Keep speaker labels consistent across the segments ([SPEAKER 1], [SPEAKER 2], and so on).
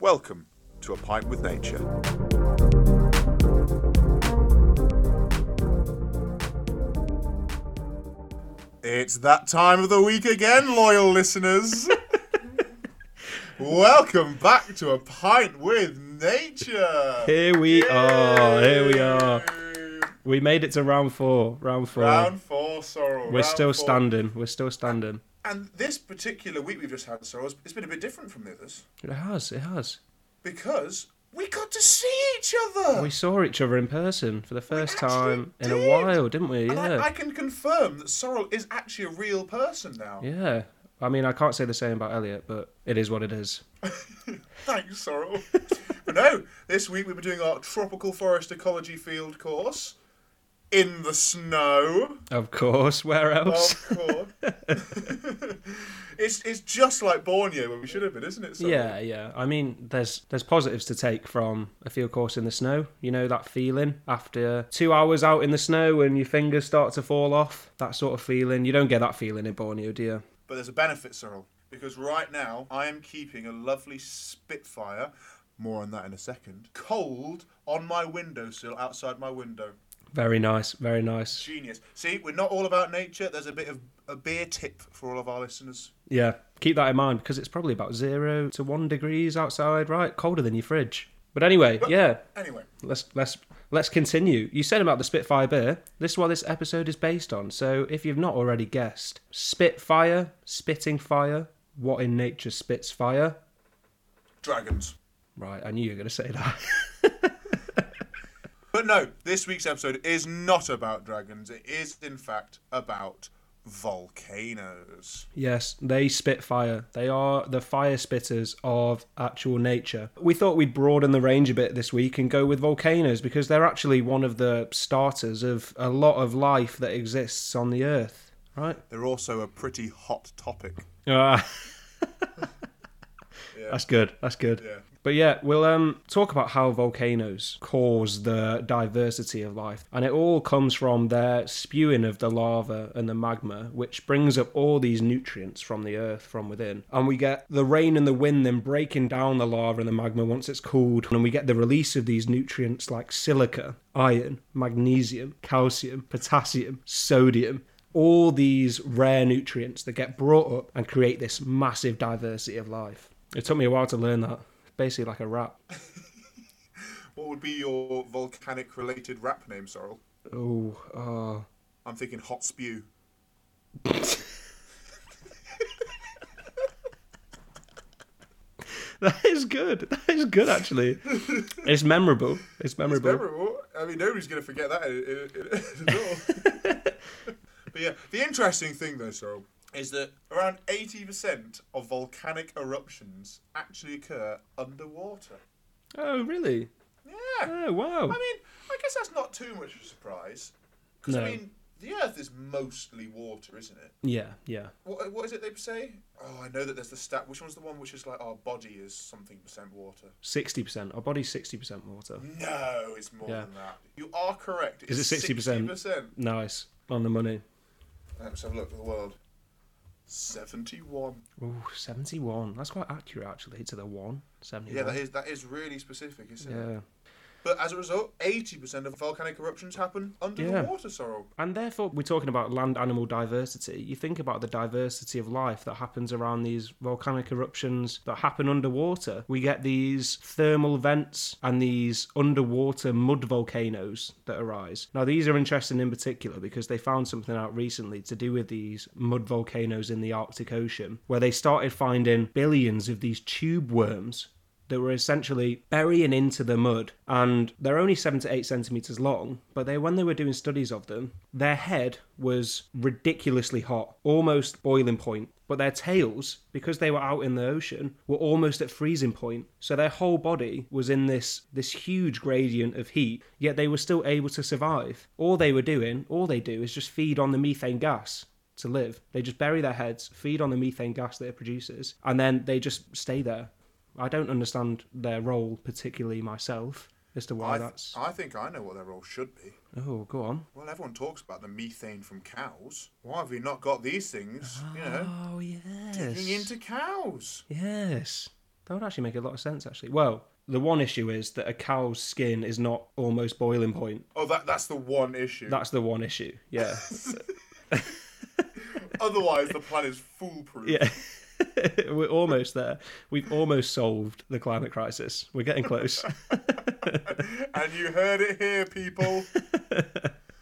[SPEAKER 1] Welcome to A Pint with Nature. It's that time of the week again, loyal listeners. Welcome back to A Pint with Nature.
[SPEAKER 2] Here we are. Here we are.
[SPEAKER 1] Yay.
[SPEAKER 2] We made it to round four. Round four.
[SPEAKER 1] Round four, Sorrel.
[SPEAKER 2] We're
[SPEAKER 1] round
[SPEAKER 2] still
[SPEAKER 1] four.
[SPEAKER 2] standing. We're still standing.
[SPEAKER 1] And this particular week we've just had, Sorrel, it's- it's been a bit different from the others
[SPEAKER 2] It has. It has.
[SPEAKER 1] because we got to see each other.
[SPEAKER 2] We saw each other in person for the first
[SPEAKER 1] actually
[SPEAKER 2] time in
[SPEAKER 1] did.
[SPEAKER 2] a while, didn't we?
[SPEAKER 1] And
[SPEAKER 2] Yeah.
[SPEAKER 1] I, I can confirm that Sorrel is actually a real person now.
[SPEAKER 2] Yeah. I mean, I can't say the same about Elliot, but it is what it is.
[SPEAKER 1] Thanks, Sorrel. but no, this week we were doing our tropical forest ecology field course in the snow.
[SPEAKER 2] Of course. Where else?
[SPEAKER 1] Of course. it's it's just like Borneo where we should have been, isn't it? Sorrel?
[SPEAKER 2] Yeah, yeah. I mean, there's there's positives to take from a field course in the snow. You know that feeling after two hours out in the snow and your fingers start to fall off. That sort of feeling. You don't get that feeling in Borneo, do you?
[SPEAKER 1] But there's a benefit, Cyril, because right now I am keeping a lovely Spitfire, more on that in a second, cold on my windowsill outside my window.
[SPEAKER 2] Very nice. Very nice.
[SPEAKER 1] Genius. See, we're not all about nature. There's a bit of a beer tip for all of our listeners.
[SPEAKER 2] Yeah, keep that in mind because it's probably about zero to one degrees outside, right? Colder than your fridge. But anyway, yeah,
[SPEAKER 1] Anyway,
[SPEAKER 2] let's let's let's continue. You said about the Spitfire beer. This is what this episode is based on. So if you've not already guessed, Spitfire, spitting fire, what in nature spits fire?
[SPEAKER 1] dragons.
[SPEAKER 2] Right, I knew you were gonna say that.
[SPEAKER 1] But no, this week's episode is not about dragons. It is, in fact, about volcanoes.
[SPEAKER 2] Yes, they spit fire. They are the fire spitters of actual nature. We thought we'd broaden the range a bit this week and go with volcanoes because they're actually one of the starters of a lot of life that exists on the earth, right?
[SPEAKER 1] They're also a pretty hot topic.
[SPEAKER 2] Ah.
[SPEAKER 1] Yeah.
[SPEAKER 2] That's good. That's good.
[SPEAKER 1] Yeah.
[SPEAKER 2] But yeah, we'll um, talk about how volcanoes cause the diversity of life. And it all comes from their spewing of the lava and the magma, which brings up all these nutrients from the earth from within. And we get the rain and the wind then breaking down the lava and the magma once it's cooled. And we get the release of these nutrients like silica, iron, magnesium, calcium, potassium, sodium. All these rare nutrients that get brought up and create this massive diversity of life. It took me a while to learn that. Basically, like a rap.
[SPEAKER 1] What would be your volcanic related rap name, Sorrel?
[SPEAKER 2] Oh, oh.
[SPEAKER 1] I'm thinking hot spew.
[SPEAKER 2] That is good. That is good, actually. It's memorable. It's memorable.
[SPEAKER 1] It's memorable. I mean, nobody's going to forget that in, in, in, at all. but yeah, the interesting thing though, Sorrel, is that around 80% of volcanic eruptions actually occur underwater.
[SPEAKER 2] Oh, really?
[SPEAKER 1] Yeah.
[SPEAKER 2] Oh, wow.
[SPEAKER 1] I mean, I guess that's not too much of a surprise. Because,
[SPEAKER 2] No.
[SPEAKER 1] I mean, the Earth is mostly water, isn't it?
[SPEAKER 2] Yeah, yeah.
[SPEAKER 1] What, what is it they say? Oh, I know that there's the stat. Which one's the one which is like our body is something percent water?
[SPEAKER 2] 60%. Our body's 60% water.
[SPEAKER 1] No, it's more
[SPEAKER 2] Yeah.
[SPEAKER 1] than that. You are correct.
[SPEAKER 2] Is it 60%?
[SPEAKER 1] 60%.
[SPEAKER 2] Nice. On the money.
[SPEAKER 1] Let's have a look at the world. 71.
[SPEAKER 2] Ooh, 71. That's quite accurate, actually, to the one. 71.
[SPEAKER 1] Yeah, that is that is really specific, isn't it?
[SPEAKER 2] Yeah.
[SPEAKER 1] But as a result, 80% of volcanic eruptions happen under
[SPEAKER 2] Yeah.
[SPEAKER 1] the water, Sorrel.
[SPEAKER 2] And therefore, we're talking about land animal diversity. You think about the diversity of life that happens around these volcanic eruptions that happen underwater. We get these thermal vents and these underwater mud volcanoes that arise. Now, these are interesting in particular because they found something out recently to do with these mud volcanoes in the Arctic Ocean, where they started finding billions of these tube worms that were essentially burying into the mud and they're only seven to eight centimeters long but they when they were doing studies of them their head was ridiculously hot almost boiling point but their tails because they were out in the ocean were almost at freezing point so their whole body was in this this huge gradient of heat yet they were still able to survive all they were doing all they do is just feed on the methane gas to live they just bury their heads feed on the methane gas that it produces and then they just stay there I don't understand their role particularly myself as to why
[SPEAKER 1] I, th-
[SPEAKER 2] Oh, that's.
[SPEAKER 1] I think I know what their role should be.
[SPEAKER 2] Oh, go on.
[SPEAKER 1] Well, everyone talks about the methane from cows. Why have we not got these things, you know,
[SPEAKER 2] Oh Ah, yes.
[SPEAKER 1] digging into cows?
[SPEAKER 2] Yes, That would actually make a lot of sense, actually. Well, the one issue is that a cow's skin is not almost boiling point.
[SPEAKER 1] Oh, that that's the one issue.
[SPEAKER 2] That's the one issue. Yeah.
[SPEAKER 1] Otherwise, the plan is foolproof.
[SPEAKER 2] yeah. We're almost there. We've almost solved the climate crisis. We're getting close.
[SPEAKER 1] And you heard it here, people.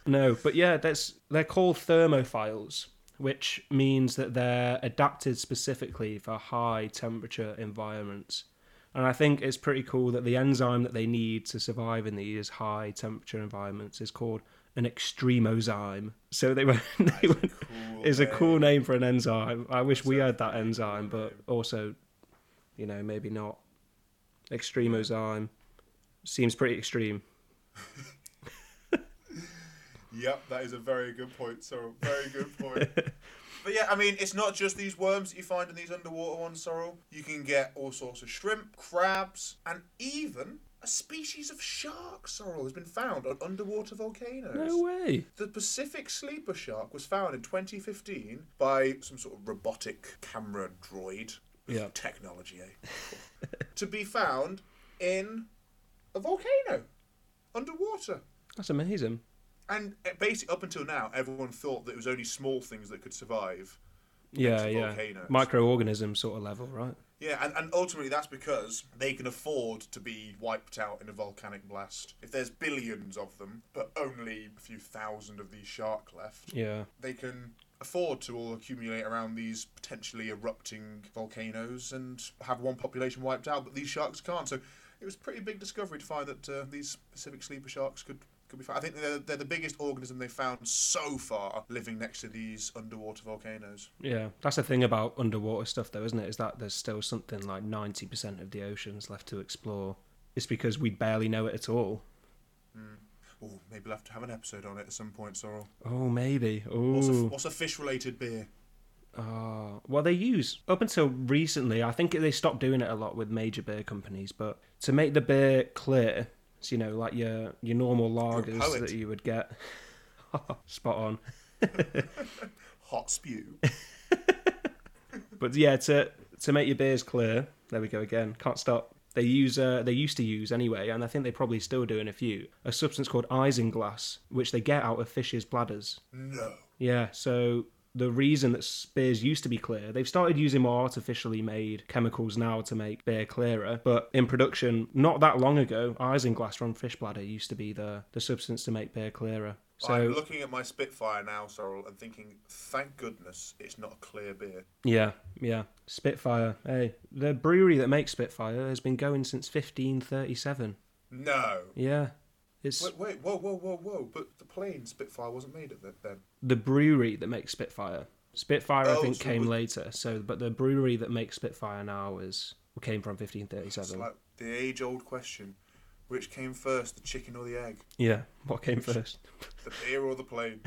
[SPEAKER 2] No, but yeah, that's they're called thermophiles, which means that they're adapted specifically for high temperature environments. And I think it's pretty cool that the enzyme that they need to survive in these high temperature environments is called an extremozyme. So they went, they went
[SPEAKER 1] cool
[SPEAKER 2] is a
[SPEAKER 1] name.
[SPEAKER 2] cool name for an enzyme. I wish we had that enzyme, but also, you know, maybe not. Extremozyme seems pretty extreme.
[SPEAKER 1] Yep, that is a very good point. So, very good point. But yeah, I mean, it's not just these worms that you find in these underwater ones, Sorrel. You can get all sorts of shrimp, crabs, and even a species of shark, Sorrel, has been found on underwater volcanoes.
[SPEAKER 2] No way.
[SPEAKER 1] The Pacific sleeper shark was found in 2015 by some sort of robotic camera droid.
[SPEAKER 2] Yeah.
[SPEAKER 1] Technology, eh? to be found in a volcano underwater.
[SPEAKER 2] That's amazing.
[SPEAKER 1] And uh, basically, up until now, everyone thought that it was only small things that could survive.
[SPEAKER 2] yeah,
[SPEAKER 1] to
[SPEAKER 2] yeah.
[SPEAKER 1] volcanoes.
[SPEAKER 2] Microorganism sort of level, right?
[SPEAKER 1] Yeah, and, and ultimately that's because they can afford to be wiped out in a volcanic blast. If there's billions of them, but only a few thousand of these shark left,
[SPEAKER 2] Yeah.
[SPEAKER 1] they can afford to all accumulate around these potentially erupting volcanoes and have one population wiped out, but these sharks can't. So it was a pretty big discovery to find that uh, these Pacific sleeper sharks could. Could be found. I think they're, they're the biggest organism they found so far living next to these underwater volcanoes.
[SPEAKER 2] Yeah. That's the thing about underwater stuff though, isn't it? Is that there's still something like 90% of the oceans left to explore. It's because we barely know it at all.
[SPEAKER 1] Oh, maybe we'll have to have an episode on it at some point, Sorrel.
[SPEAKER 2] Oh, maybe.
[SPEAKER 1] What's a,
[SPEAKER 2] Oh.
[SPEAKER 1] what's a fish related beer?
[SPEAKER 2] Ah. well, they use up until recently. I think they stopped doing it a lot with major beer companies, but to make the beer clear, it's you know like your your normal lagers
[SPEAKER 1] poet.
[SPEAKER 2] that you would get. Spot on.
[SPEAKER 1] Hot spew.
[SPEAKER 2] But yeah, to to make your beers clear, there we go again. Can't stop. They use uh, they used to use anyway, and I think they probably still do in a few a substance called isinglass, which they get out of fish's bladders.
[SPEAKER 1] no.
[SPEAKER 2] Yeah, so the reason that s- beers used to be clear, they've started using more artificially made chemicals now to make beer clearer. But in production, not that long ago, isinglass from fish bladder used to be the the substance to make beer clearer.
[SPEAKER 1] I'm
[SPEAKER 2] So
[SPEAKER 1] looking at my Spitfire now, Sorrel, and thinking, thank goodness it's not a clear beer.
[SPEAKER 2] Yeah, yeah. Spitfire. Hey, the brewery that makes Spitfire has been going since 1537.
[SPEAKER 1] No.
[SPEAKER 2] Yeah. It's
[SPEAKER 1] Wait, wait, whoa, whoa, whoa, whoa. But the plain Spitfire wasn't made at that then.
[SPEAKER 2] the brewery that makes Spitfire. Spitfire, I
[SPEAKER 1] Oh,
[SPEAKER 2] think,
[SPEAKER 1] so
[SPEAKER 2] came
[SPEAKER 1] we-
[SPEAKER 2] later. So, but the brewery that makes Spitfire now is came from 1537.
[SPEAKER 1] It's like the age old question which came first, the chicken or the egg?
[SPEAKER 2] Yeah, what came first?
[SPEAKER 1] The beer or the plane?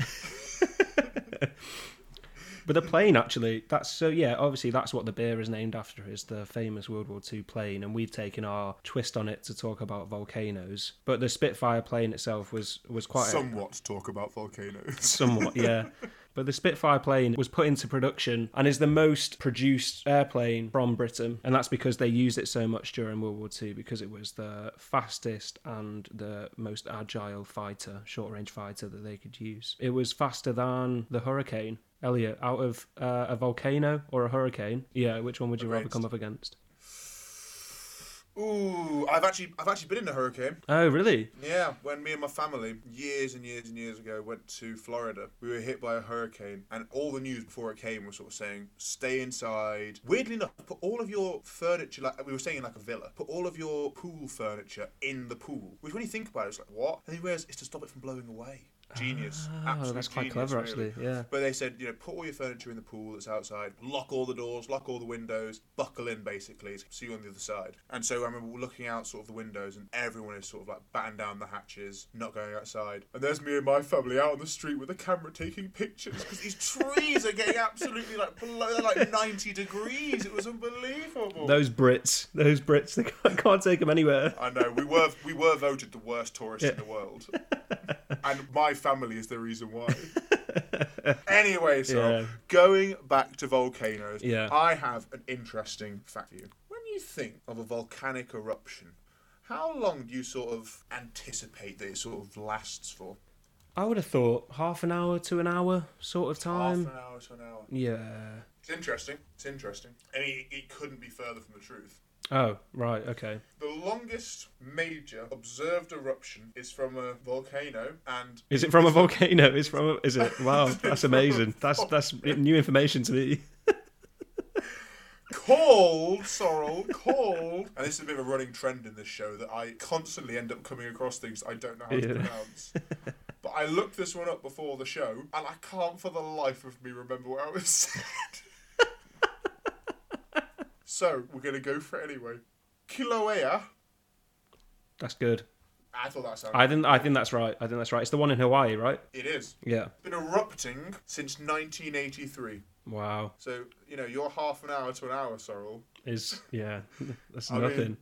[SPEAKER 2] But the plane, actually, that's so. Yeah, obviously, that's what the beer is named after. Is the famous World War II plane, and we've taken our twist on it to talk about volcanoes. But the Spitfire plane itself was was quite a-
[SPEAKER 1] Somewhat talk about volcanoes.
[SPEAKER 2] somewhat, yeah. But the Spitfire plane was put into production and is the most produced airplane from Britain, and that's because they used it so much during World War II because it was the fastest and the most agile fighter, short range fighter that they could use. It was faster than the Hurricane. Elliot, out of uh, a volcano or a hurricane, yeah, which one would you rather
[SPEAKER 1] Against.
[SPEAKER 2] come up against?
[SPEAKER 1] Ooh, I've actually, I've actually been in a hurricane.
[SPEAKER 2] Oh, really?
[SPEAKER 1] Yeah, when me and my family years and years and years ago went to Florida, we were hit by a hurricane, and all the news before it came was sort of saying, "Stay inside." Weirdly enough, put all of your furniture, like we were staying in like a villa, put all of your pool furniture in the pool. Which, when you think about it, it's like what? And then you realise it's to stop it from blowing away. Genius.
[SPEAKER 2] Oh,
[SPEAKER 1] Absolute
[SPEAKER 2] that's quite
[SPEAKER 1] genius,
[SPEAKER 2] clever,
[SPEAKER 1] really.
[SPEAKER 2] actually. Yeah.
[SPEAKER 1] But they said, you know, put all your furniture in the pool that's outside, lock all the doors, lock all the windows, buckle in basically, see you on the other side. And so I remember looking out sort of the windows and everyone is sort of like batting down the hatches, not going outside. And there's me and my family out on the street with a camera taking pictures because these trees are getting absolutely like below, they're like 90 degrees. It was unbelievable.
[SPEAKER 2] Those Brits, those Brits, they can't, can't take them anywhere.
[SPEAKER 1] I know we were we were voted the worst tourists in the world, and my family is the reason why. anyway, so
[SPEAKER 2] Yeah.
[SPEAKER 1] going back to volcanoes,
[SPEAKER 2] Yeah.
[SPEAKER 1] I have an interesting fact for you. When you think of a volcanic eruption, how long do you sort of anticipate that it sort of lasts for?
[SPEAKER 2] I would have thought half an hour to an hour sort of time.
[SPEAKER 1] Half an hour to an hour.
[SPEAKER 2] Yeah.
[SPEAKER 1] It's interesting. It's interesting. I mean, it, it couldn't be further from the truth.
[SPEAKER 2] Oh, right, okay.
[SPEAKER 1] The longest major observed eruption is from a volcano, and
[SPEAKER 2] Is it from a volcano? It's from a, is it? Wow, that's amazing. That's that's new information to me.
[SPEAKER 1] called Sorrel, called. And this is a bit of a running trend in this show that I constantly end up coming across things I don't know how to
[SPEAKER 2] Yeah.
[SPEAKER 1] pronounce. But I looked this one up before the show, and I can't for the life of me remember what I was said. so we're gonna go for it anyway. Kilauea.
[SPEAKER 2] That's good.
[SPEAKER 1] I thought that sounded.
[SPEAKER 2] I think I think that's right. I think that's right. It's the one in Hawaii, right?
[SPEAKER 1] it is.
[SPEAKER 2] Yeah.
[SPEAKER 1] Been erupting since 1983.
[SPEAKER 2] Wow.
[SPEAKER 1] So you know you're half an hour to an hour, Sorrel.
[SPEAKER 2] Is yeah. That's
[SPEAKER 1] I mean-
[SPEAKER 2] nothing.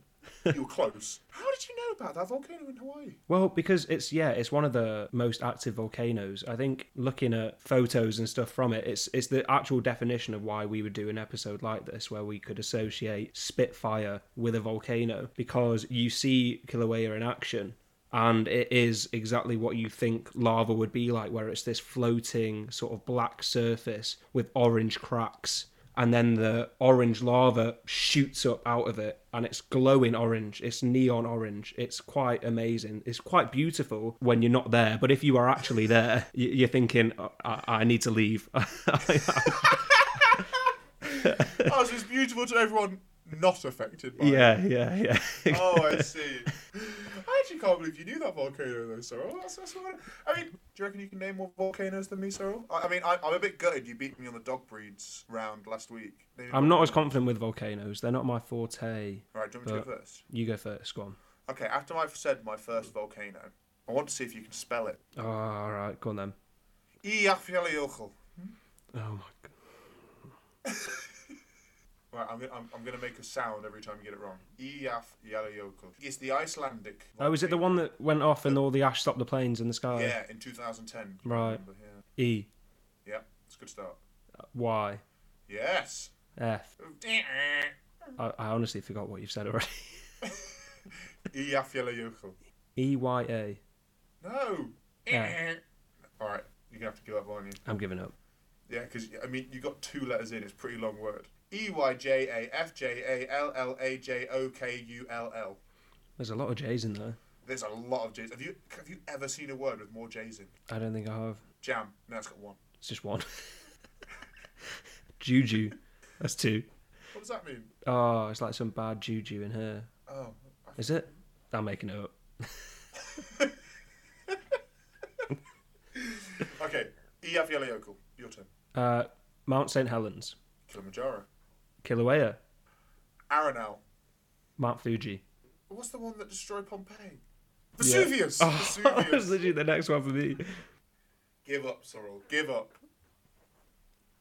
[SPEAKER 1] You were close. How did you know about that volcano in Hawaii?
[SPEAKER 2] Well, because it's yeah, it's one of the most active volcanoes. I think looking at photos and stuff from it, it's it's the actual definition of why we would do an episode like this where we could associate Spitfire with a volcano because you see Kilauea in action and it is exactly what you think lava would be like where it's this floating sort of black surface with orange cracks and then the orange lava shoots up out of it and it's glowing orange it's neon orange it's quite amazing it's quite beautiful when you're not there but if you are actually there y- you're thinking "Oh, i, I need to leave
[SPEAKER 1] oh, so it's beautiful to everyone not affected by it.
[SPEAKER 2] yeah yeah yeah
[SPEAKER 1] Oh, I see. I actually can't believe you knew that volcano, though, Sorrel. That's, that's what I, I mean, do you reckon you can name more volcanoes than me, Sorrel? I, I mean, I, I'm a bit gutted you beat me on the dog breeds round last week.
[SPEAKER 2] i'm not as confident with volcanoes they're not my forte
[SPEAKER 1] Right, do you want me to go first?
[SPEAKER 2] you go first go on
[SPEAKER 1] Okay, after I've said my first volcano, I want to see if you can spell it.
[SPEAKER 2] oh, all right go on then
[SPEAKER 1] Eyjafjallajökull.
[SPEAKER 2] oh my god
[SPEAKER 1] Right, I'm, gonna- I'm, I'm going to make a sound every time you get it wrong. Eyjafjallajökull. It's the Icelandic.
[SPEAKER 2] oh is it the
[SPEAKER 1] volcano.
[SPEAKER 2] one that went off and all the ash stopped the planes in the sky
[SPEAKER 1] Yeah, in 2010. I
[SPEAKER 2] Right.
[SPEAKER 1] remember, Yeah,
[SPEAKER 2] e
[SPEAKER 1] yeah, it's a good start.
[SPEAKER 2] y
[SPEAKER 1] Yes.
[SPEAKER 2] f I, I honestly forgot what you've said already
[SPEAKER 1] Eyjafjallajökull.
[SPEAKER 2] E Y A.
[SPEAKER 1] No.
[SPEAKER 2] Yeah.
[SPEAKER 1] All right, you're gonna have to give up, aren't you?
[SPEAKER 2] I'm giving up.
[SPEAKER 1] Yeah, because I mean, you got two letters in. It's a pretty long word. E y j a f j a l l a j o k u l l.
[SPEAKER 2] There's a lot of J's in there.
[SPEAKER 1] There's a lot of J's. Have you have you ever seen a word with more J's in?
[SPEAKER 2] I don't think I have.
[SPEAKER 1] Jam. No, it's got one.
[SPEAKER 2] It's just one. juju. That's two.
[SPEAKER 1] What does that mean?
[SPEAKER 2] Oh, it's like some bad juju in her.
[SPEAKER 1] Oh, I-
[SPEAKER 2] Is it? I'm making it up.
[SPEAKER 1] okay. E Eyjafjallajökull. Your turn.
[SPEAKER 2] Uh, Mount St. Helens.
[SPEAKER 1] Kilimanjaro.
[SPEAKER 2] Kilauea.
[SPEAKER 1] Arenal.
[SPEAKER 2] Mount Fuji.
[SPEAKER 1] What's the one that destroyed Pompeii?
[SPEAKER 2] Yeah.
[SPEAKER 1] Vesuvius.
[SPEAKER 2] Oh, that was
[SPEAKER 1] Vesuvius.
[SPEAKER 2] literally the next one for me.
[SPEAKER 1] Give up, Sorrel. Give up.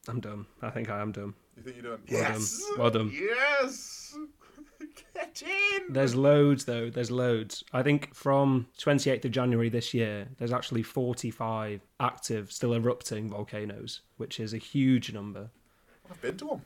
[SPEAKER 2] I'm done. I think I am done.
[SPEAKER 1] You think you're done?
[SPEAKER 2] Well done.
[SPEAKER 1] yes.
[SPEAKER 2] Well done.
[SPEAKER 1] Yes. Get in.
[SPEAKER 2] There's loads though. There's loads. I think from 28th of January this year, there's actually 45 active, still erupting volcanoes, which is a huge number.
[SPEAKER 1] I've been to one.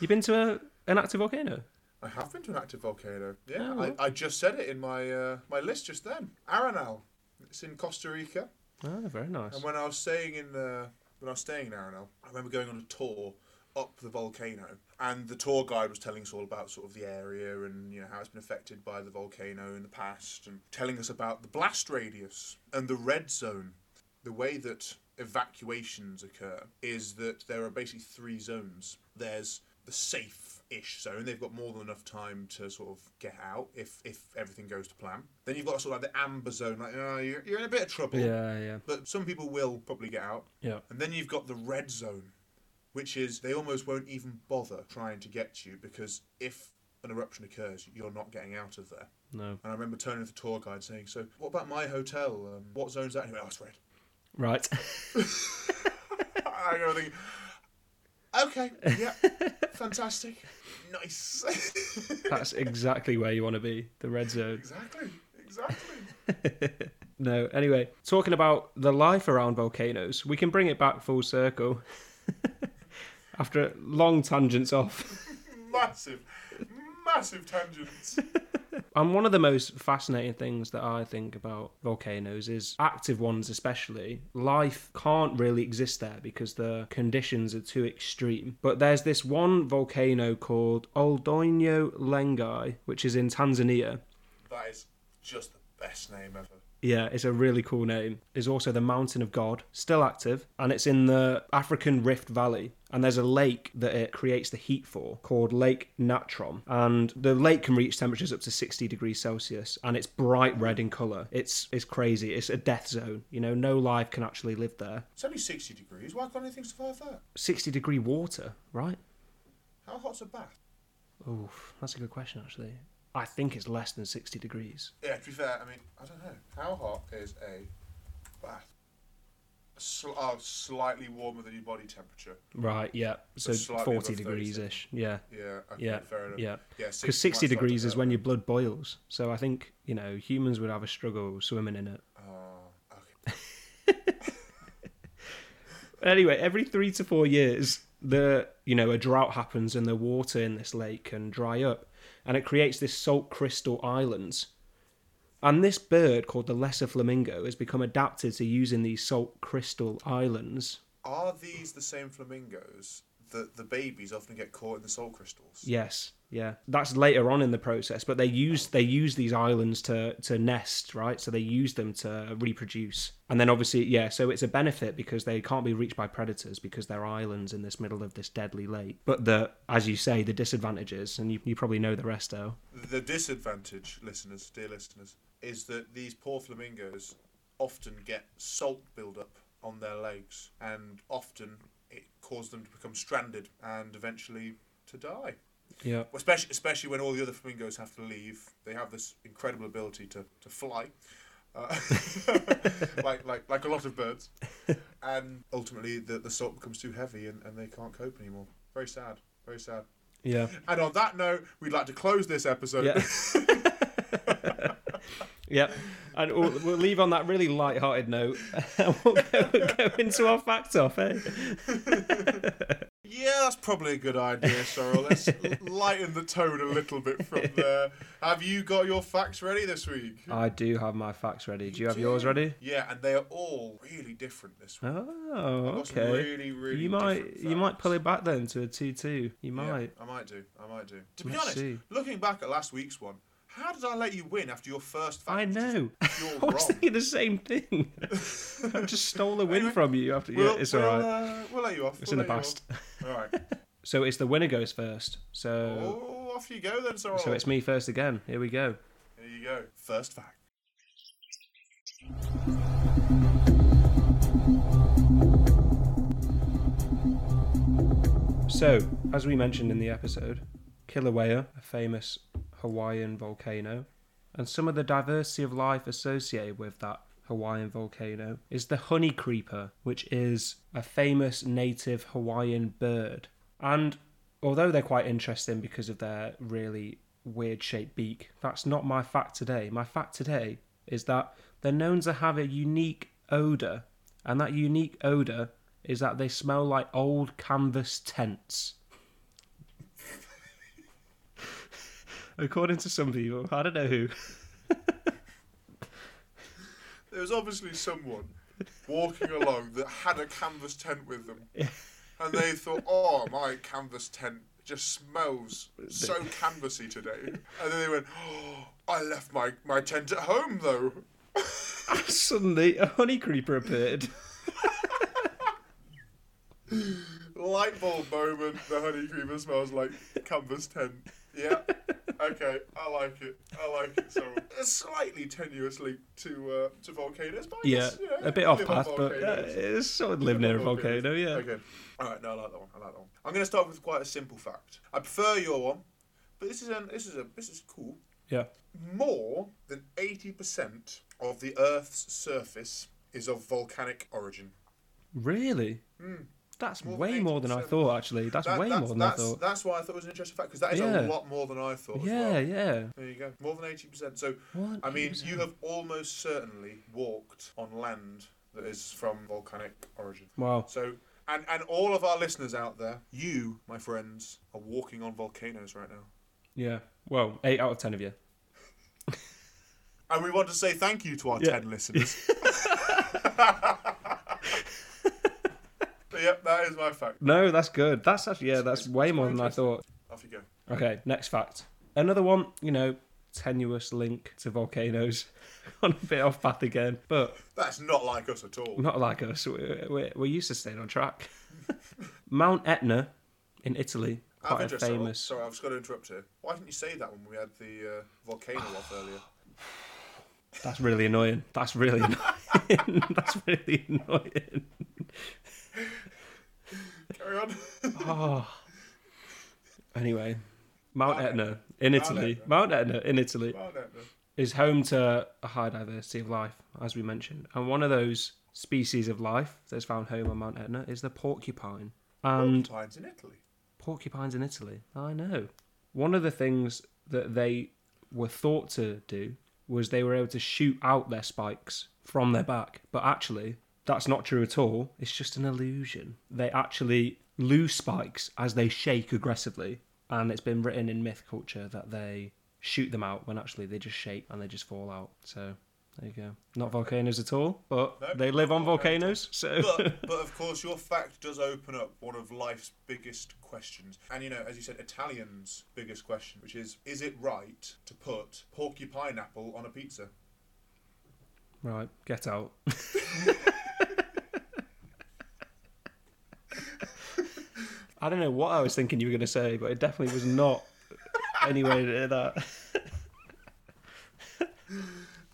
[SPEAKER 2] You've been to a, an active volcano?
[SPEAKER 1] I have been to an active volcano. Yeah,
[SPEAKER 2] Oh, well.
[SPEAKER 1] I, I just said it in my uh, my list just then. Arenal. It's in Costa Rica.
[SPEAKER 2] Oh, very nice.
[SPEAKER 1] And when I was staying in the when I was staying in Arenal, I remember going on a tour up the volcano, and the tour guide was telling us all about sort of the area and you know how it's been affected by the volcano in the past, and telling us about the blast radius and the red zone. The way that evacuations occur is that there are basically three zones. There's the safe ish zone. They've got more than enough time to sort of get out if, if everything goes to plan. Then you've got sort of like the amber zone, like, oh, you're, you're in a bit of trouble
[SPEAKER 2] Yeah, yeah,
[SPEAKER 1] but some people will probably get out.
[SPEAKER 2] yeah.
[SPEAKER 1] And then you've got the red zone, which is they almost won't even bother trying to get you because if an eruption occurs, you're not getting out of there.
[SPEAKER 2] No,
[SPEAKER 1] And I remember turning to the tour guide saying, "So, what about my hotel? Um, what zone's that?" Anyway, oh, it's red.
[SPEAKER 2] right.
[SPEAKER 1] I go think, okay, yeah, fantastic, nice,
[SPEAKER 2] That's exactly where you want to be. The red zone.
[SPEAKER 1] exactly, exactly.
[SPEAKER 2] No. Anyway, talking about the life around volcanoes, we can bring it back full circle. After long tangents off.
[SPEAKER 1] Massive, massive tangents.
[SPEAKER 2] And one of the most fascinating things that I think about volcanoes is active ones, especially. Life can't really exist there because the conditions are too extreme. But there's this one volcano called Oldoino Lengai, which is in Tanzania.
[SPEAKER 1] That is just the best name ever.
[SPEAKER 2] Yeah, it's a really cool name. Is also the Mountain of God, still active, and it's in the African Rift Valley. And there's a lake that it creates the heat for called Lake Natron. And the lake can reach temperatures up to 60 degrees Celsius and it's bright red in colour. It's it's crazy. It's a death zone. You know, no life can actually live there.
[SPEAKER 1] It's only 60 degrees. Why can't anything survive that?
[SPEAKER 2] 60 degree water, right?
[SPEAKER 1] How hot's a bath?
[SPEAKER 2] Oh, that's a good question, actually. I think it's less than 60 degrees.
[SPEAKER 1] Yeah, to be fair, I mean, I don't know. How hot is a bath? Sl- oh, slightly warmer than your body temperature.
[SPEAKER 2] Right, yeah. So
[SPEAKER 1] slightly
[SPEAKER 2] 40
[SPEAKER 1] above
[SPEAKER 2] degrees ish. Yeah.
[SPEAKER 1] Yeah, okay,
[SPEAKER 2] Yeah,
[SPEAKER 1] fair enough.
[SPEAKER 2] yeah.
[SPEAKER 1] yeah.
[SPEAKER 2] Because 60 degrees is when your blood boils. So I think, you know, humans would have a struggle swimming in it.
[SPEAKER 1] Uh, okay.
[SPEAKER 2] Anyway, every three to four years, the you know a drought happens and the water in this lake can dry up, and it creates this salt crystal islands. And this bird called the lesser flamingo has become adapted to using these salt crystal islands.
[SPEAKER 1] Are these the same flamingos that the babies often get caught in the salt crystals?
[SPEAKER 2] Yes, yeah, that's later on in the process, but they use they use these islands to to nest, right? So they use them to reproduce, and then obviously, yeah, so it's a benefit because they can't be reached by predators because they're islands in this middle of this deadly lake. But the, as you say, the disadvantages, and you, you probably know the rest, though.
[SPEAKER 1] The disadvantage, listeners, dear listeners, is that these poor flamingos often get salt buildup on their legs, and often it causes them to become stranded and eventually to die.
[SPEAKER 2] Yeah,
[SPEAKER 1] Well, especially especially when all the other flamingos have to leave. They have this incredible ability to to fly, uh, like like like a lot of birds. And ultimately, the the salt becomes too heavy, and, and they can't cope anymore. Very sad. Very sad.
[SPEAKER 2] yeah,
[SPEAKER 1] And on that note, we'd like to close this episode.
[SPEAKER 2] yeah. Yep, and we'll, we'll leave on that really light-hearted note, and we'll go, go into our fact off, eh?
[SPEAKER 1] Yeah, that's probably a good idea, Sorrel. Let's lighten the tone a little bit from there. Have you got your facts ready this week?
[SPEAKER 2] I do have my facts ready. Do you have yours ready?
[SPEAKER 1] Yeah, and they are all really different this week. I've
[SPEAKER 2] Oh,
[SPEAKER 1] got some
[SPEAKER 2] okay.
[SPEAKER 1] really, really
[SPEAKER 2] you might
[SPEAKER 1] different
[SPEAKER 2] you might
[SPEAKER 1] facts.
[SPEAKER 2] pull it back then to a two two.
[SPEAKER 1] Yeah,
[SPEAKER 2] You might.
[SPEAKER 1] I might do. I might do. To be
[SPEAKER 2] Let's
[SPEAKER 1] honest,
[SPEAKER 2] see.
[SPEAKER 1] looking back at last week's one, how did I let you win after your first fact?
[SPEAKER 2] I
[SPEAKER 1] It's just
[SPEAKER 2] know. I
[SPEAKER 1] You're wrong.
[SPEAKER 2] was thinking the same thing. I just stole a win
[SPEAKER 1] Anyway,
[SPEAKER 2] from you after.
[SPEAKER 1] We'll,
[SPEAKER 2] yeah, it's
[SPEAKER 1] we'll,
[SPEAKER 2] all right.
[SPEAKER 1] uh, we'll let you off.
[SPEAKER 2] it's
[SPEAKER 1] we'll
[SPEAKER 2] in the
[SPEAKER 1] let you
[SPEAKER 2] past.
[SPEAKER 1] off. All right.
[SPEAKER 2] So it's the winner goes first. So
[SPEAKER 1] Oh, off you go then, Sorrel.
[SPEAKER 2] so it's me first again. Here we go.
[SPEAKER 1] Here you go. First fact.
[SPEAKER 2] So as we mentioned in the episode, Kilauea, a famous Hawaiian volcano, and some of the diversity of life associated with that Hawaiian volcano is the honey creeper, which is a famous native Hawaiian bird. And although they're quite interesting because of their really weird shaped beak, that's not my fact today. My fact today is that they're known to have a unique odour, and that unique odour is that they smell like old canvas tents. According to some people, I don't know who.
[SPEAKER 1] There was obviously someone walking along that had a canvas tent with them, and they thought, "Oh, my canvas tent just smells so canvassy today." And then they went, "Oh, I left my my tent at home though."
[SPEAKER 2] Suddenly, a honey creeper appeared.
[SPEAKER 1] Light bulb moment. The honey creamer smells like canvas tent. Yeah. Okay, I like it. I like it. So it's slightly tenuously to uh, to volcanoes, but I
[SPEAKER 2] Yeah,
[SPEAKER 1] guess, you know,
[SPEAKER 2] a bit
[SPEAKER 1] you
[SPEAKER 2] off
[SPEAKER 1] live on
[SPEAKER 2] path, but uh,
[SPEAKER 1] volcanoes.
[SPEAKER 2] it's sort of live near a volcano, yeah.
[SPEAKER 1] Okay. All right. No, I like that one. I like that one. I'm going to start with quite a simple fact. I prefer your one, but this is an this is a this is cool.
[SPEAKER 2] Yeah.
[SPEAKER 1] More than eighty percent of the Earth's surface is of volcanic origin.
[SPEAKER 2] Really? That's
[SPEAKER 1] Hmm. More than
[SPEAKER 2] way more than I
[SPEAKER 1] 80%.
[SPEAKER 2] thought, actually. That's
[SPEAKER 1] That-
[SPEAKER 2] way
[SPEAKER 1] that's,
[SPEAKER 2] more than
[SPEAKER 1] that's,
[SPEAKER 2] I thought.
[SPEAKER 1] That's why I thought it was an interesting fact because that is
[SPEAKER 2] Yeah.
[SPEAKER 1] a lot more than I thought. as
[SPEAKER 2] yeah,
[SPEAKER 1] well.
[SPEAKER 2] yeah.
[SPEAKER 1] There you go. More than eighty percent. So
[SPEAKER 2] What?
[SPEAKER 1] I mean,
[SPEAKER 2] is-
[SPEAKER 1] you have almost certainly walked on land that is from volcanic origin.
[SPEAKER 2] Wow.
[SPEAKER 1] So, and and all of our listeners out there, you, my friends, are walking on volcanoes right now.
[SPEAKER 2] Yeah. Well, eight out of ten of you.
[SPEAKER 1] And we want to say thank you to our
[SPEAKER 2] Yeah.
[SPEAKER 1] 10 listeners. but yep, that is my fact.
[SPEAKER 2] No, that's good. That's actually yeah, that's way more than I thought.
[SPEAKER 1] Off you go.
[SPEAKER 2] Okay, next fact. Another one, you know, tenuous link to volcanoes. on a bit off path again, but
[SPEAKER 1] That's not like us at all.
[SPEAKER 2] not like us. We're, we're, we're used to staying on track. Mount Etna in Italy,
[SPEAKER 1] Out of
[SPEAKER 2] quite a
[SPEAKER 1] interest, sorry,
[SPEAKER 2] famous.
[SPEAKER 1] Sorry, I've just got to interrupt here. Why didn't you say that when we had the uh, volcano off earlier?
[SPEAKER 2] That's really annoying. That's really annoying. That's really annoying.
[SPEAKER 1] Carry on.
[SPEAKER 2] Oh. Anyway, Mount
[SPEAKER 1] Ah. Mount
[SPEAKER 2] Etna in
[SPEAKER 1] Mount
[SPEAKER 2] Italy.
[SPEAKER 1] Etna.
[SPEAKER 2] Mount Etna in Italy
[SPEAKER 1] Well, I don't know.
[SPEAKER 2] is home to a high diversity of life, as we mentioned. And one of those species of life that's found home on Mount Etna is the porcupine. And
[SPEAKER 1] Porcupines in Italy.
[SPEAKER 2] porcupines in Italy. I know. One of the things that they were thought to do was they were able to shoot out their spikes from their back, but actually, that's not true at all. It's just an illusion. They actually lose spikes as they shake aggressively, and it's been written in myth culture that they shoot them out when actually they just shake and they just fall out. So there you go. Not volcanoes at all, but
[SPEAKER 1] Nope,
[SPEAKER 2] they live
[SPEAKER 1] not
[SPEAKER 2] on volcanoes. So
[SPEAKER 1] But, but of course, your fact does open up one of life's biggest questions. And you know, as you said, Italians' biggest question, which is is it right to put porcupine apple on a pizza?
[SPEAKER 2] right, get out. I don't know what I was thinking you were going to say, but it definitely was not anywhere near that.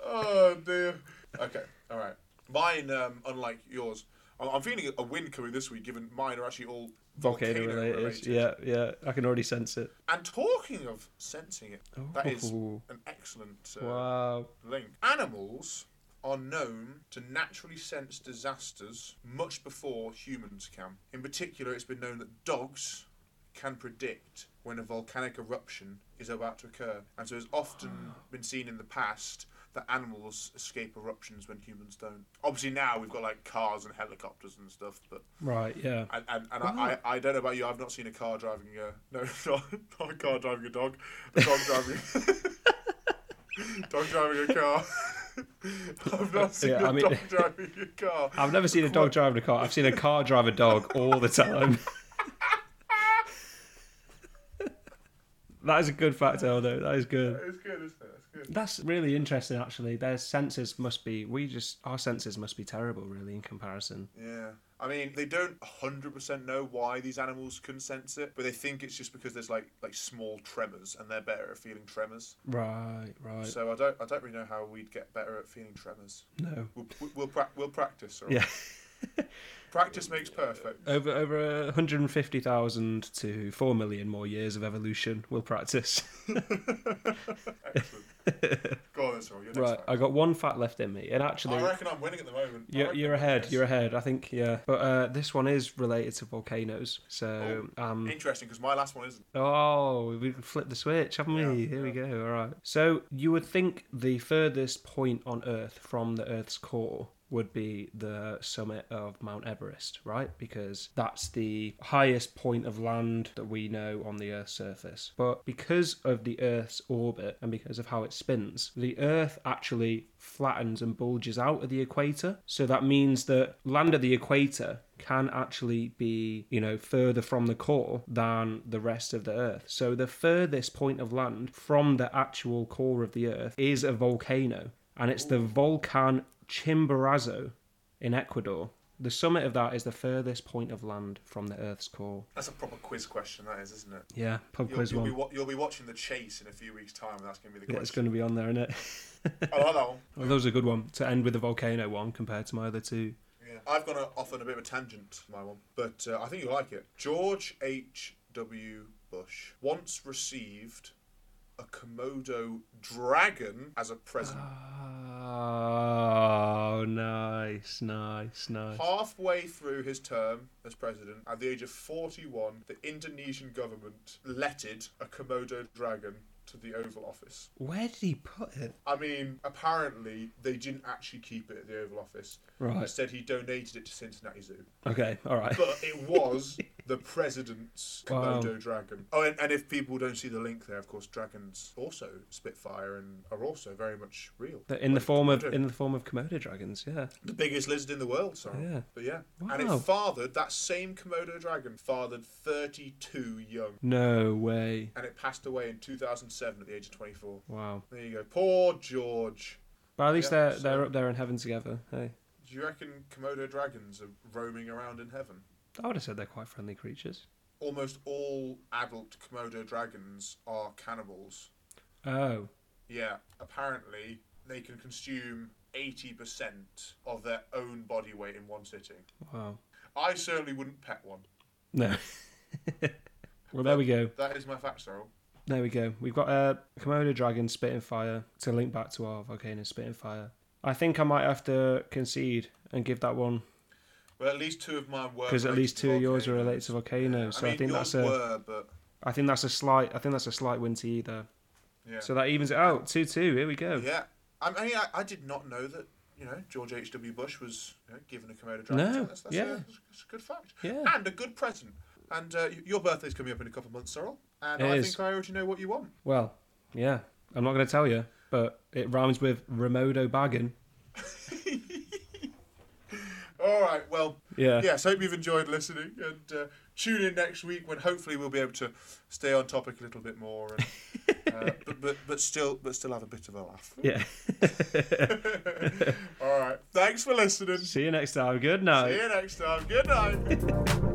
[SPEAKER 1] Oh dear. Okay, all right. Mine, um, unlike yours, I- I'm feeling a win coming this week, given mine are actually all
[SPEAKER 2] Volcano,
[SPEAKER 1] volcano,
[SPEAKER 2] related.
[SPEAKER 1] related.
[SPEAKER 2] Yeah, yeah. I can already sense it.
[SPEAKER 1] And talking of sensing it, that is
[SPEAKER 2] Ooh.
[SPEAKER 1] an excellent uh,
[SPEAKER 2] Oh. Wow.
[SPEAKER 1] link. Animals are known to naturally sense disasters much before humans can. In particular, it's been known that dogs can predict when a volcanic eruption is about to occur, and so it's often been seen in the past that animals escape eruptions when humans don't. Obviously, now we've got like cars and helicopters and stuff, but
[SPEAKER 2] Right, yeah.
[SPEAKER 1] and, and, and I, I, I don't know about you, I've not seen a car driving a no, not, not a car driving a dog, a dog driving dog driving a car. I've not seen
[SPEAKER 2] Yeah,
[SPEAKER 1] a
[SPEAKER 2] I mean-
[SPEAKER 1] dog driving a car.
[SPEAKER 2] I've never seen a dog driving a car. I've seen a car drive a dog all the time. that is a good fact, though. That is good.
[SPEAKER 1] It's good, isn't it? It's good.
[SPEAKER 2] That's really interesting, actually. Their senses must be, we just, our senses must be terrible, really, in comparison.
[SPEAKER 1] Yeah. I mean, they don't 100% know why these animals can sense it, but they think it's just because there's like like small tremors, and they're better at feeling tremors.
[SPEAKER 2] Right, right.
[SPEAKER 1] So I don't I don't really know how we'd get better at feeling tremors.
[SPEAKER 2] No.
[SPEAKER 1] We'll we'll, we'll, pra- we'll practice. All right?
[SPEAKER 2] Yeah.
[SPEAKER 1] Practice makes perfect.
[SPEAKER 2] Over over 150,000 to 4 million more years of evolution will practice.
[SPEAKER 1] Excellent. Go on, then, sorry. Your next
[SPEAKER 2] Right,
[SPEAKER 1] fact.
[SPEAKER 2] I got one fact left in me, and actually,
[SPEAKER 1] I reckon I'm winning at the moment. I
[SPEAKER 2] You're,
[SPEAKER 1] reckon
[SPEAKER 2] you're
[SPEAKER 1] I'm
[SPEAKER 2] ahead.
[SPEAKER 1] winning
[SPEAKER 2] You're ahead. I think yeah. But uh, this one is related to volcanoes. So
[SPEAKER 1] this.
[SPEAKER 2] um,
[SPEAKER 1] Interesting, because my last one isn't.
[SPEAKER 2] oh, we can flip the switch, haven't we?
[SPEAKER 1] Yeah,
[SPEAKER 2] Here we go. All right. So you would think the furthest point on Earth from the Earth's core would be the summit of Mount Everest, right? Because that's the highest point of land that we know on the Earth's surface. But because of the Earth's orbit and because of how it spins, the Earth actually flattens and bulges out at the equator. So that means that land at the equator can actually be, you know, further from the core than the rest of the Earth. So the furthest point of land from the actual core of the Earth is a volcano, and it's the volcan Chimborazo in Ecuador. The summit of that is the furthest point of land from the Earth's core.
[SPEAKER 1] That's a proper quiz question, that is, isn't it?
[SPEAKER 2] Yeah, pub
[SPEAKER 1] You'll,
[SPEAKER 2] quiz
[SPEAKER 1] you'll, be,
[SPEAKER 2] one.
[SPEAKER 1] wa- you'll be watching The Chase in a few weeks' time, and that's going to be the
[SPEAKER 2] Yeah, it's
[SPEAKER 1] question.
[SPEAKER 2] going to be on there, isn't it?
[SPEAKER 1] I like that one.
[SPEAKER 2] Well, that was a good one to end with the volcano one compared to my other two.
[SPEAKER 1] Yeah. I've gone off on a bit of a tangent, my one, but uh, I think you'll like it. George H.W. Bush once received a Komodo dragon as a present.
[SPEAKER 2] Oh, nice, nice, nice.
[SPEAKER 1] Halfway through his term as president, at the age of 41, the Indonesian government letted a Komodo dragon to the Oval Office.
[SPEAKER 2] Where did he put it?
[SPEAKER 1] I mean, apparently they didn't actually keep it at the Oval Office.
[SPEAKER 2] Right.
[SPEAKER 1] Instead, he donated it to Cincinnati Zoo.
[SPEAKER 2] Okay. All right.
[SPEAKER 1] But it was the president's
[SPEAKER 2] Wow.
[SPEAKER 1] Komodo dragon. Oh, and, and if people don't see the link there, of course, dragons also Spitfire and are also very much real.
[SPEAKER 2] They're In the
[SPEAKER 1] Like
[SPEAKER 2] form of
[SPEAKER 1] Komodo.
[SPEAKER 2] in the form of Komodo dragons. Yeah.
[SPEAKER 1] the biggest lizard in the world, sorry.
[SPEAKER 2] Yeah.
[SPEAKER 1] But yeah, and
[SPEAKER 2] Wow.
[SPEAKER 1] it fathered that same Komodo dragon fathered 32 young,
[SPEAKER 2] No way.
[SPEAKER 1] and it passed away in 2007 at the age of 24.
[SPEAKER 2] Wow.
[SPEAKER 1] There you go, poor George.
[SPEAKER 2] But at least
[SPEAKER 1] Yeah,
[SPEAKER 2] they're they're
[SPEAKER 1] so-
[SPEAKER 2] up there in heaven together. Hey.
[SPEAKER 1] Do you reckon Komodo dragons are roaming around in heaven?
[SPEAKER 2] I would have said they're quite friendly creatures.
[SPEAKER 1] Almost all adult Komodo dragons are cannibals.
[SPEAKER 2] Oh.
[SPEAKER 1] Yeah, apparently they can consume 80% of their own body weight in one sitting.
[SPEAKER 2] Wow.
[SPEAKER 1] I certainly wouldn't pet one.
[SPEAKER 2] No. well, there we go.
[SPEAKER 1] That is my fact, Cyril.
[SPEAKER 2] There we go. We've got a uh, Komodo dragon spitting fire to link back to our volcano spitting fire. I think I might have to concede and give that one
[SPEAKER 1] Well, at least two of mine were.
[SPEAKER 2] because at
[SPEAKER 1] related
[SPEAKER 2] least
[SPEAKER 1] to
[SPEAKER 2] two of yours are
[SPEAKER 1] volcanoes.
[SPEAKER 2] related to volcanoes. So I,
[SPEAKER 1] mean,
[SPEAKER 2] think
[SPEAKER 1] yours
[SPEAKER 2] that's a I
[SPEAKER 1] were, but
[SPEAKER 2] think that's a slight I think that's a slight win to you there.
[SPEAKER 1] yeah.
[SPEAKER 2] So that evens it out. Two two. Here we go.
[SPEAKER 1] yeah. I mean, I, I did not know that. You know, George H. W. Bush was you know, given a Komodo dragon.
[SPEAKER 2] No,
[SPEAKER 1] So that's, that's,
[SPEAKER 2] yeah.
[SPEAKER 1] a, that's a good fact.
[SPEAKER 2] Yeah.
[SPEAKER 1] And a good present. And uh, y- your birthday's coming up in a couple of months, Cyril. And
[SPEAKER 2] It
[SPEAKER 1] I
[SPEAKER 2] is.
[SPEAKER 1] think I already know what you want.
[SPEAKER 2] Well, yeah. I'm not going to tell you, but it rhymes with Remodo Baggin.
[SPEAKER 1] All right. Well,
[SPEAKER 2] Yeah.
[SPEAKER 1] yes. Hope you've enjoyed listening, and uh, tune in next week when hopefully we'll be able to stay on topic a little bit more, and, uh, but, but but still but still have a bit of a laugh.
[SPEAKER 2] Yeah.
[SPEAKER 1] All right. Thanks for listening.
[SPEAKER 2] See you next time. Good night.
[SPEAKER 1] See you next time. Good night.